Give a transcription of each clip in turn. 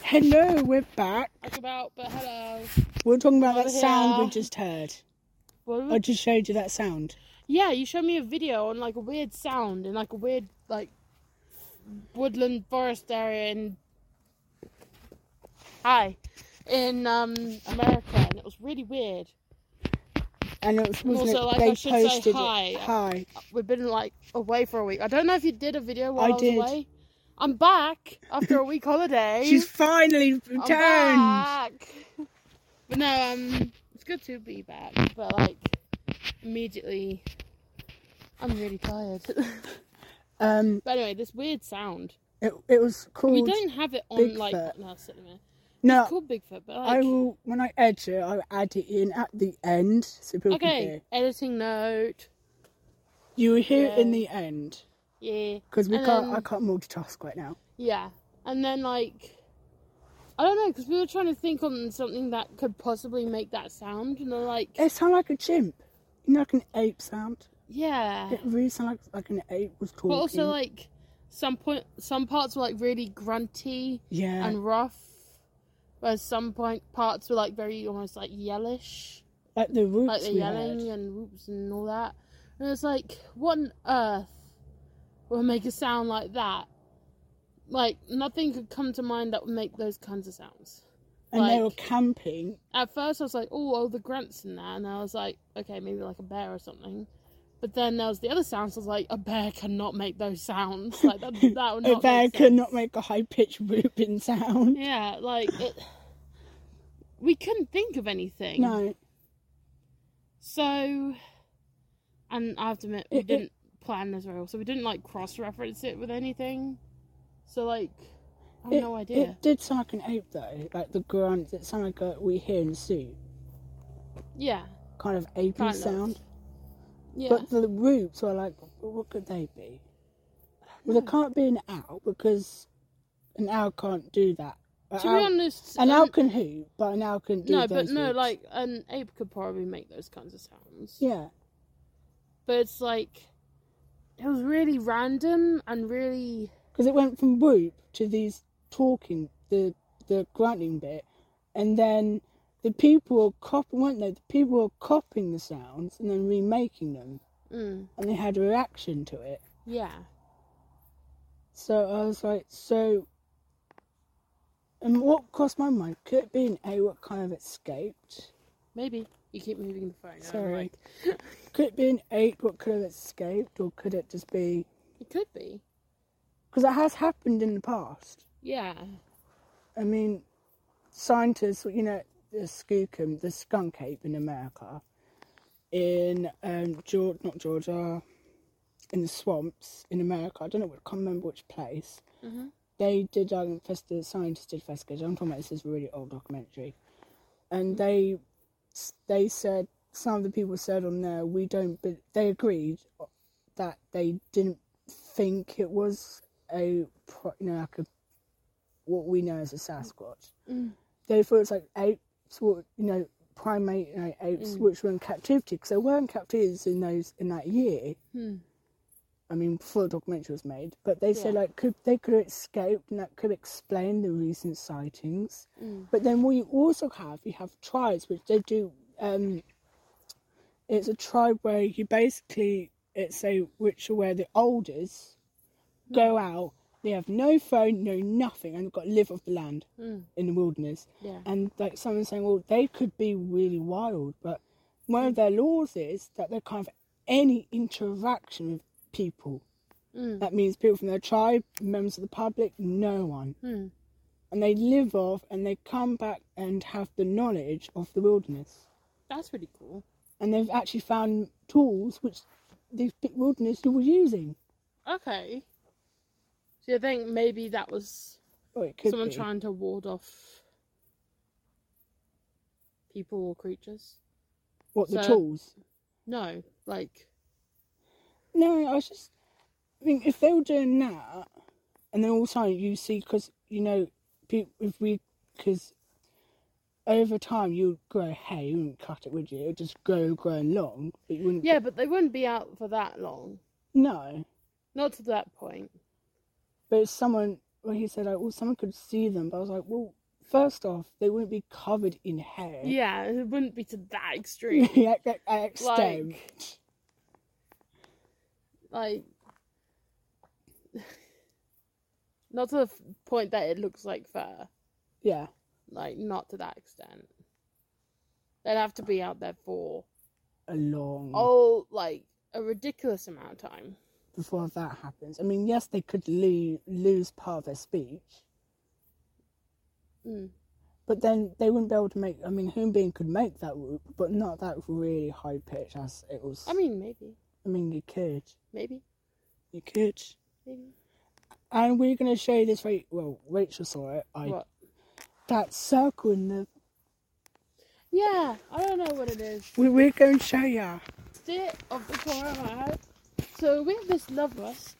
Hello, we're back. Talk about, but hello. We're talking about Over that here. sound we just heard. What I just showed you that sound. Yeah, you showed me a video on like a weird sound in like a weird like woodland forest area in hi in um America, and it was really weird. And it was, wasn't also, it? like, they I should say posted hi. it. Hi. We've been like away for a week. I don't know if you did a video while I I, was did. away. I'm back after a week holiday. She's finally I'm returned. back. But no, um, it's good to be back. But like immediately, I'm really tired. Um, but anyway, this weird sound. it, it was called. We don't have it on like Bigfoot. no, sit there. no, It's called Bigfoot, but I like will when I edit it, I'll add it in at the end so people can okay, hear. editing note. You will hear it in Yeah. the end Yeah, because we And can't. then- I can't multitask right now. yeah, and then like. I don't know, because we were trying to think on something that could possibly make that sound, and they're like, It sounds like a chimp. You know, like an ape sound. yeah. It really sounds like, like an ape was talking. But also, like, some point, some parts were like really grunty yeah, and rough, whereas some point parts were like very almost like yellish, like the roots like the we yelling heard. and whoops and all that. And it's like, what on earth would make a sound like that? Like nothing could come to mind that would make those kinds of sounds. And they like- were camping. At first, I was like, oh, oh, the grunts and that, and I was like, okay, maybe like a bear or something. But then there was the other sounds. I was like, a bear cannot make those sounds. Like that, that would not. A bear make could sense. not make a high pitched whooping sound. Yeah, like it. We couldn't think of anything. No, So, and I have to admit, we It- it- didn't plan this very well, so we didn't like cross-reference it with anything. So like, I have it, no idea. It did sound like an ape though, like the grunts. It sounded like a, we hear in zoo, yeah, kind of ape kind of. sound. Yeah, But the roots were like, what could they be? Well, there can't be an owl because an owl can't do that. An to be owl, honest, an um, owl can hoot, but an owl can uh, do no, but those no, roots. like an ape could probably make those kinds of sounds. yeah, But it's like, it was really random and really because it went from whoop to these talking, the the grunting bit, and then the people were copying, weren't they? The people were copying the sounds and then remaking them, mm, and they had a reaction to it. yeah. So I was like, so. And what crossed my mind could it be an A what kind of escaped? Maybe you keep moving the phone. I'm Sorry. like- Could it be an ape what could have escaped, or could it just be it could be. because it has happened in the past? Yeah. I mean, scientists, you know, the skookum, the skunk ape in America, in um, Georgia, not Georgia, in the swamps in America. I don't know, what- I can't remember which place. Mhm. They did um, invest- the scientists did investigation. I'm talking about this is a really old documentary, and they they said some of the people said on there we don't, but they agreed that they didn't think it was a pro- you know like a what we know as a Sasquatch. Mm. They thought it was like apes, what you know, primate you know, apes, Mm. which were in captivity because they were in captives in those in that year. Hmm. I mean, before the documentary was made, but they said Yeah. like could they could have escaped, and that could explain the recent sightings. Mm. But then what you also have, you have tribes, which they do. Um, it's a tribe where you basically it's a ritual where the oldest Mm. go out. They have no phone, no nothing, and they've got to live off the land Mm. in the wilderness. Yeah. And like someone's saying, well, they could be really wild, but one of their laws is that they can't have any interaction with people. Mm. That means people from their tribe, members of the public, no one. Hmm. And they live off and they come back and have the knowledge of the wilderness. That's really cool. And they've actually found tools which these big wilderness people were using. Okay. So you think maybe that was Or it could someone be. trying to ward off people or creatures? what the so- tools? No, like No, I was just. I mean, if they were doing that, and then also you see, because you know, pe- if we, because over time you'd grow hair, you wouldn't cut it, would you? It would just grow, grow and long, but you wouldn't. yeah, but they wouldn't be out for that long. No, Not to that point. but it's someone when he said like, "Well, someone could see them," but I was like, "Well, first off, they wouldn't be covered in hair." Yeah, it wouldn't be to that extreme. Yeah, at, at extent. like not to the f- point that it looks like fur yeah, like not to that extent they'd have to be out there for a long oh like a ridiculous amount of time before that happens. I mean, yes, they could lose lose part of their speech, Mm. but then they wouldn't be able to make. I mean, human being could make that whoop, but not that really high pitch as it was. i mean maybe I mean, you could, maybe you could. maybe And we're gonna show you this. Right, well, Rachel saw it. I what that circle in the. yeah i don't know what it is We, we're going to show you. state of the corner of my house. So we have this love bus,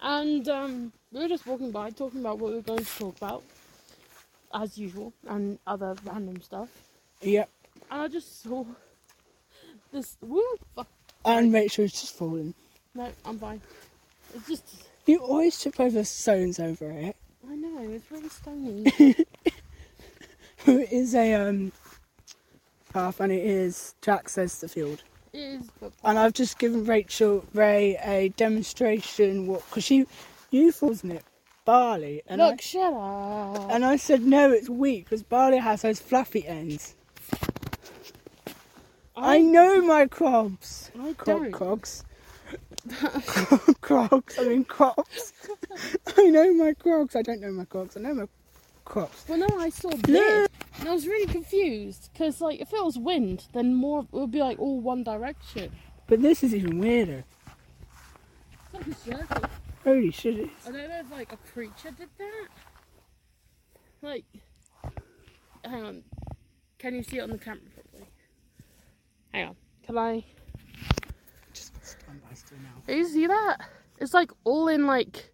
and um, we were just walking by talking about what we were going to talk about, as usual, and other random stuff. Yep. And I just saw this. Woo! Fuck. And Rachel's just fallen. No, I'm fine. It's just. You always trip over stones over it. I know it's really stony. it is a um path, and it is Jack says the field. it is, but And I've just given Rachel Ray a demonstration what because she you thought wasn't it barley and look, shut up. I, and I said no, it's wheat because barley has those fluffy ends. I know my crops. I Crop don't. crocs. crocs. I mean crops. I know my crocs. I don't know my crocs. I know my crops. Well, no, I saw this, and I was really confused because, like, if it was wind, then more it would be like all one direction. But this is even weirder. It's like a circle. Holy shit! It I don't know if like a creature did that. Like, hang on. Can you see it on the camera properly? Hang on. Can I? just stand by still now. Can you see that? It's like all in like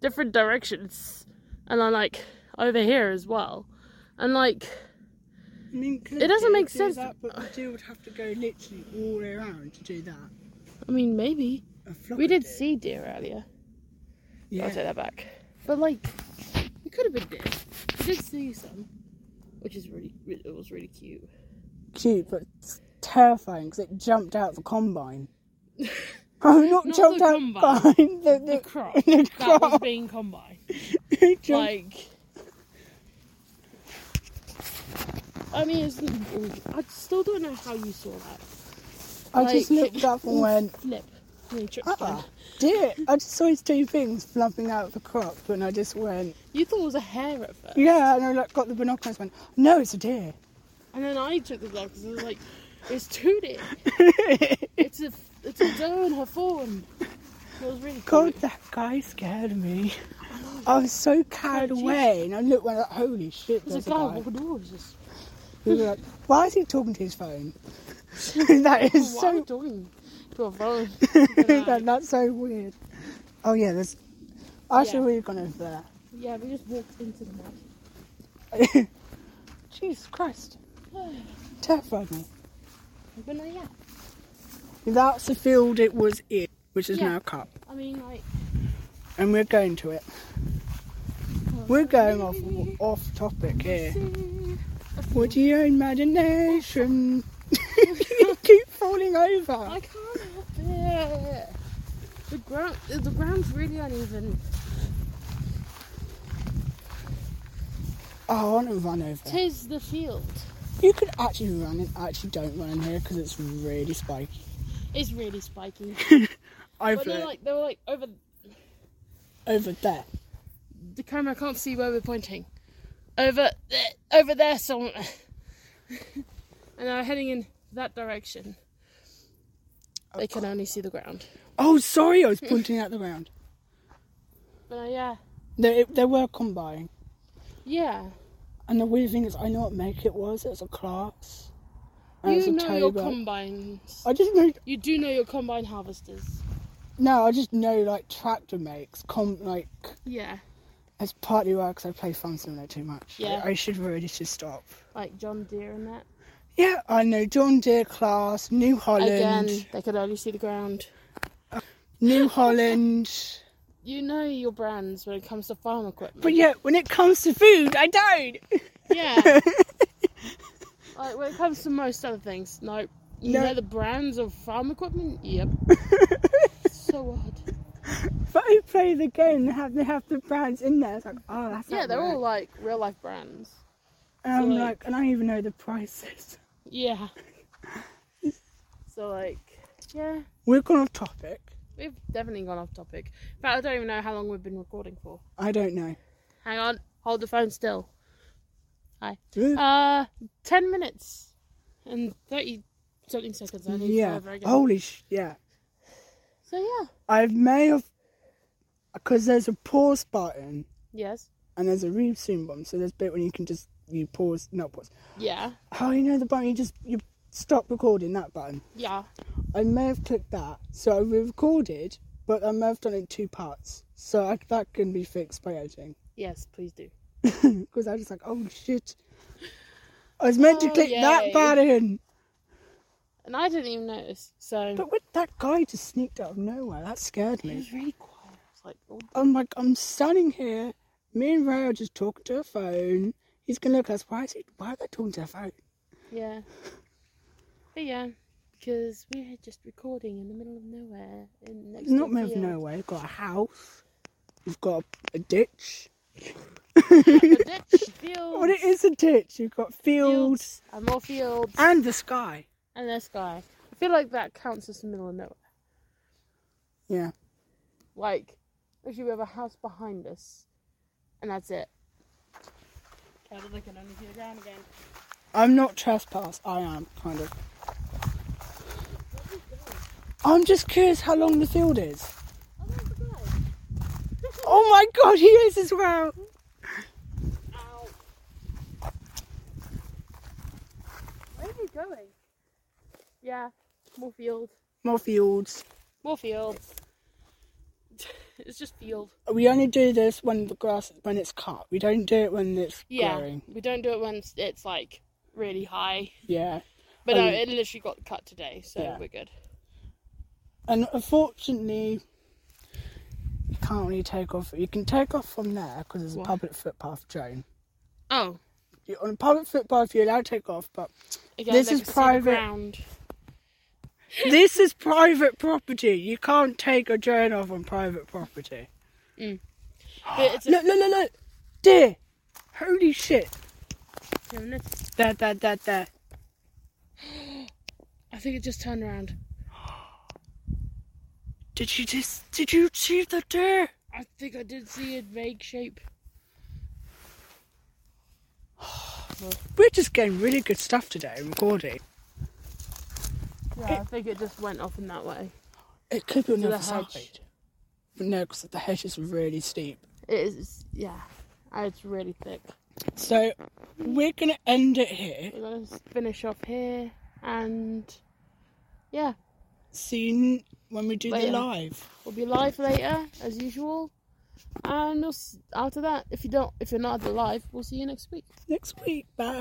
different directions, and then like over here as well, and like I mean, It doesn't make do sense. That, but the deer would have to go literally all the way around to do that. I mean maybe A flock we of did deer. see deer earlier. Yeah. I'll take that back. But like, it could have been deer. We did see some, which is really it was really cute. Cute, but it's terrifying because it jumped out the combine. Oh, not, Not jumped the out combine. combine. The, The the, crop the that was crop. being combined. It jumped Like, I mean, it's, I still don't know how you saw that. I just like- looked up and went, Flip. And you tripped ah, again. dear. I just saw these two things flumping out of the crop, and I just went, You thought it was a hare at first. yeah. And I like, got the binoculars and went, no, it's a deer. And then I took the dog because I was like, it's two deer. it's a it's a doe and her fawn. It was really cool. God, that guy scared me. I was so carried Oh, jeez. away, and I looked and I was like, holy shit, There's there's a guy A guy. walking towards us. He was like, why is he talking to his phone? that is Why are we so. talking to a phone? that, that's so weird. Oh yeah, there's. I should Yeah. have really gone over there. yeah, we just walked into the night. Jesus Christ, terrified me. But no, yeah. That's the field it was in, which is Yeah. now cut, I mean, like, and we're going to it. We're going off off topic here. What do your imagination? you keep falling over. I can't help it. The ground, the ground's really uneven. Oh, I want to run over. Tis the field. You could actually run and actually don't run in here because it's really spiky. It's really spiky. Over But they're like, they were like over. over there. The camera can't see where we're pointing. Over there, over there somewhere. and I'm heading in that direction. They can only see the ground. Oh, sorry, I was pointing at the ground. But uh, yeah, They, they were combined. yeah. And the weird thing is, I know what make it was. It was a class. And it you was know your October. combines. I just know. You do know your combine harvesters. No, I just know like tractor makes. Com like Yeah. that's partly why because I play Farm Simulator too much. Yeah. I, I should really just stop. Like John Deere and that. Yeah, I know John Deere class, New Holland, Again, they could only see the ground. New Holland. you know your brands when it comes to farm equipment. But yet, when it comes to food, I don't. yeah, like when it comes to most other things, no. You No. know the brands of farm equipment? Yep. so odd. but I play the game. They have they have the brands in there. It's like, oh, that's Yeah, not they're right. all like real life brands. And I'm like- Um, like, and I don't even know the prices. Yeah. so like, yeah, We're gone off topic. we've definitely gone off topic. In fact, I don't even know how long we've been recording for. I don't know. Hang on, hold the phone still. Uh, ten minutes and thirty something seconds. I need yeah. Oh. to go over again. Holy sh! Yeah. So yeah. I may have, because there's a pause button Yes. and there's a resume button. So there's a bit when you can just you pause, not pause. Yeah. Oh, you know the button. You just you stop recording that button. Yeah. I may have clicked that, so I recorded, but I may have done it in two parts. So I, that can be fixed by editing. Yes. Please do. Because I was just like, oh shit. I was meant to Oh, click yay. that button. And I didn't even notice. So But with that guy just sneaked out of nowhere, that scared it me. was really quiet. It's like oh, I'm like, I'm standing here, me and Ray are just talking to a phone. He's gonna look at us, why is he why are they talking to a phone? yeah. But yeah, because we were just recording in the middle of nowhere. In next It's to not a moving field. nowhere, we've got a house, we've got a, a ditch. The ditch, fields, What it is a ditch, you've got fields fields, and more fields, and the sky. and this guy. I feel like that counts as the middle of nowhere. Yeah. Like, actually, we have a house behind us, and that's it. Okay, but they can only see the ground again. I'm not trespass. I am kind of. I'm just curious how long the field is. Oh, there's the guy. Oh my god, he is as well. Ow. Where are you going? Yeah, more field. More fields. More field. it's just field. We only do this when the grass when it's cut. We don't do it when it's Yeah, growing. we don't do it when it's, it's like really high. Yeah. But no, Um, it literally got cut today, so yeah. we're good. And unfortunately, you can't really take off. You can take off from there because there's a Why? public footpath zone. Oh, You- On a public footpath, you're allowed to take off, but again, This they is can see the private. ground. this is private property. You can't take a drone off on private property. But it's a, Look, look, look, look. Deer. Holy shit. no, it's- There, there, there, there. I think it just turned around. Did you just, did you see the deer? I think I did see a vague shape. We're just getting really good stuff today, recording. Yeah, I think it just went off in that way. It could be on To the the other side. hedge. But no, because the hedge is really steep. It is, yeah. Uh, It's really thick. So we're going to end it here. We're gonna s- finish off here, and yeah, See you n- when we do Later. the live. we'll be live later as usual. And we'll s- after that, if you don't, if you're not at the live, we'll see you next week. Next week. Bye.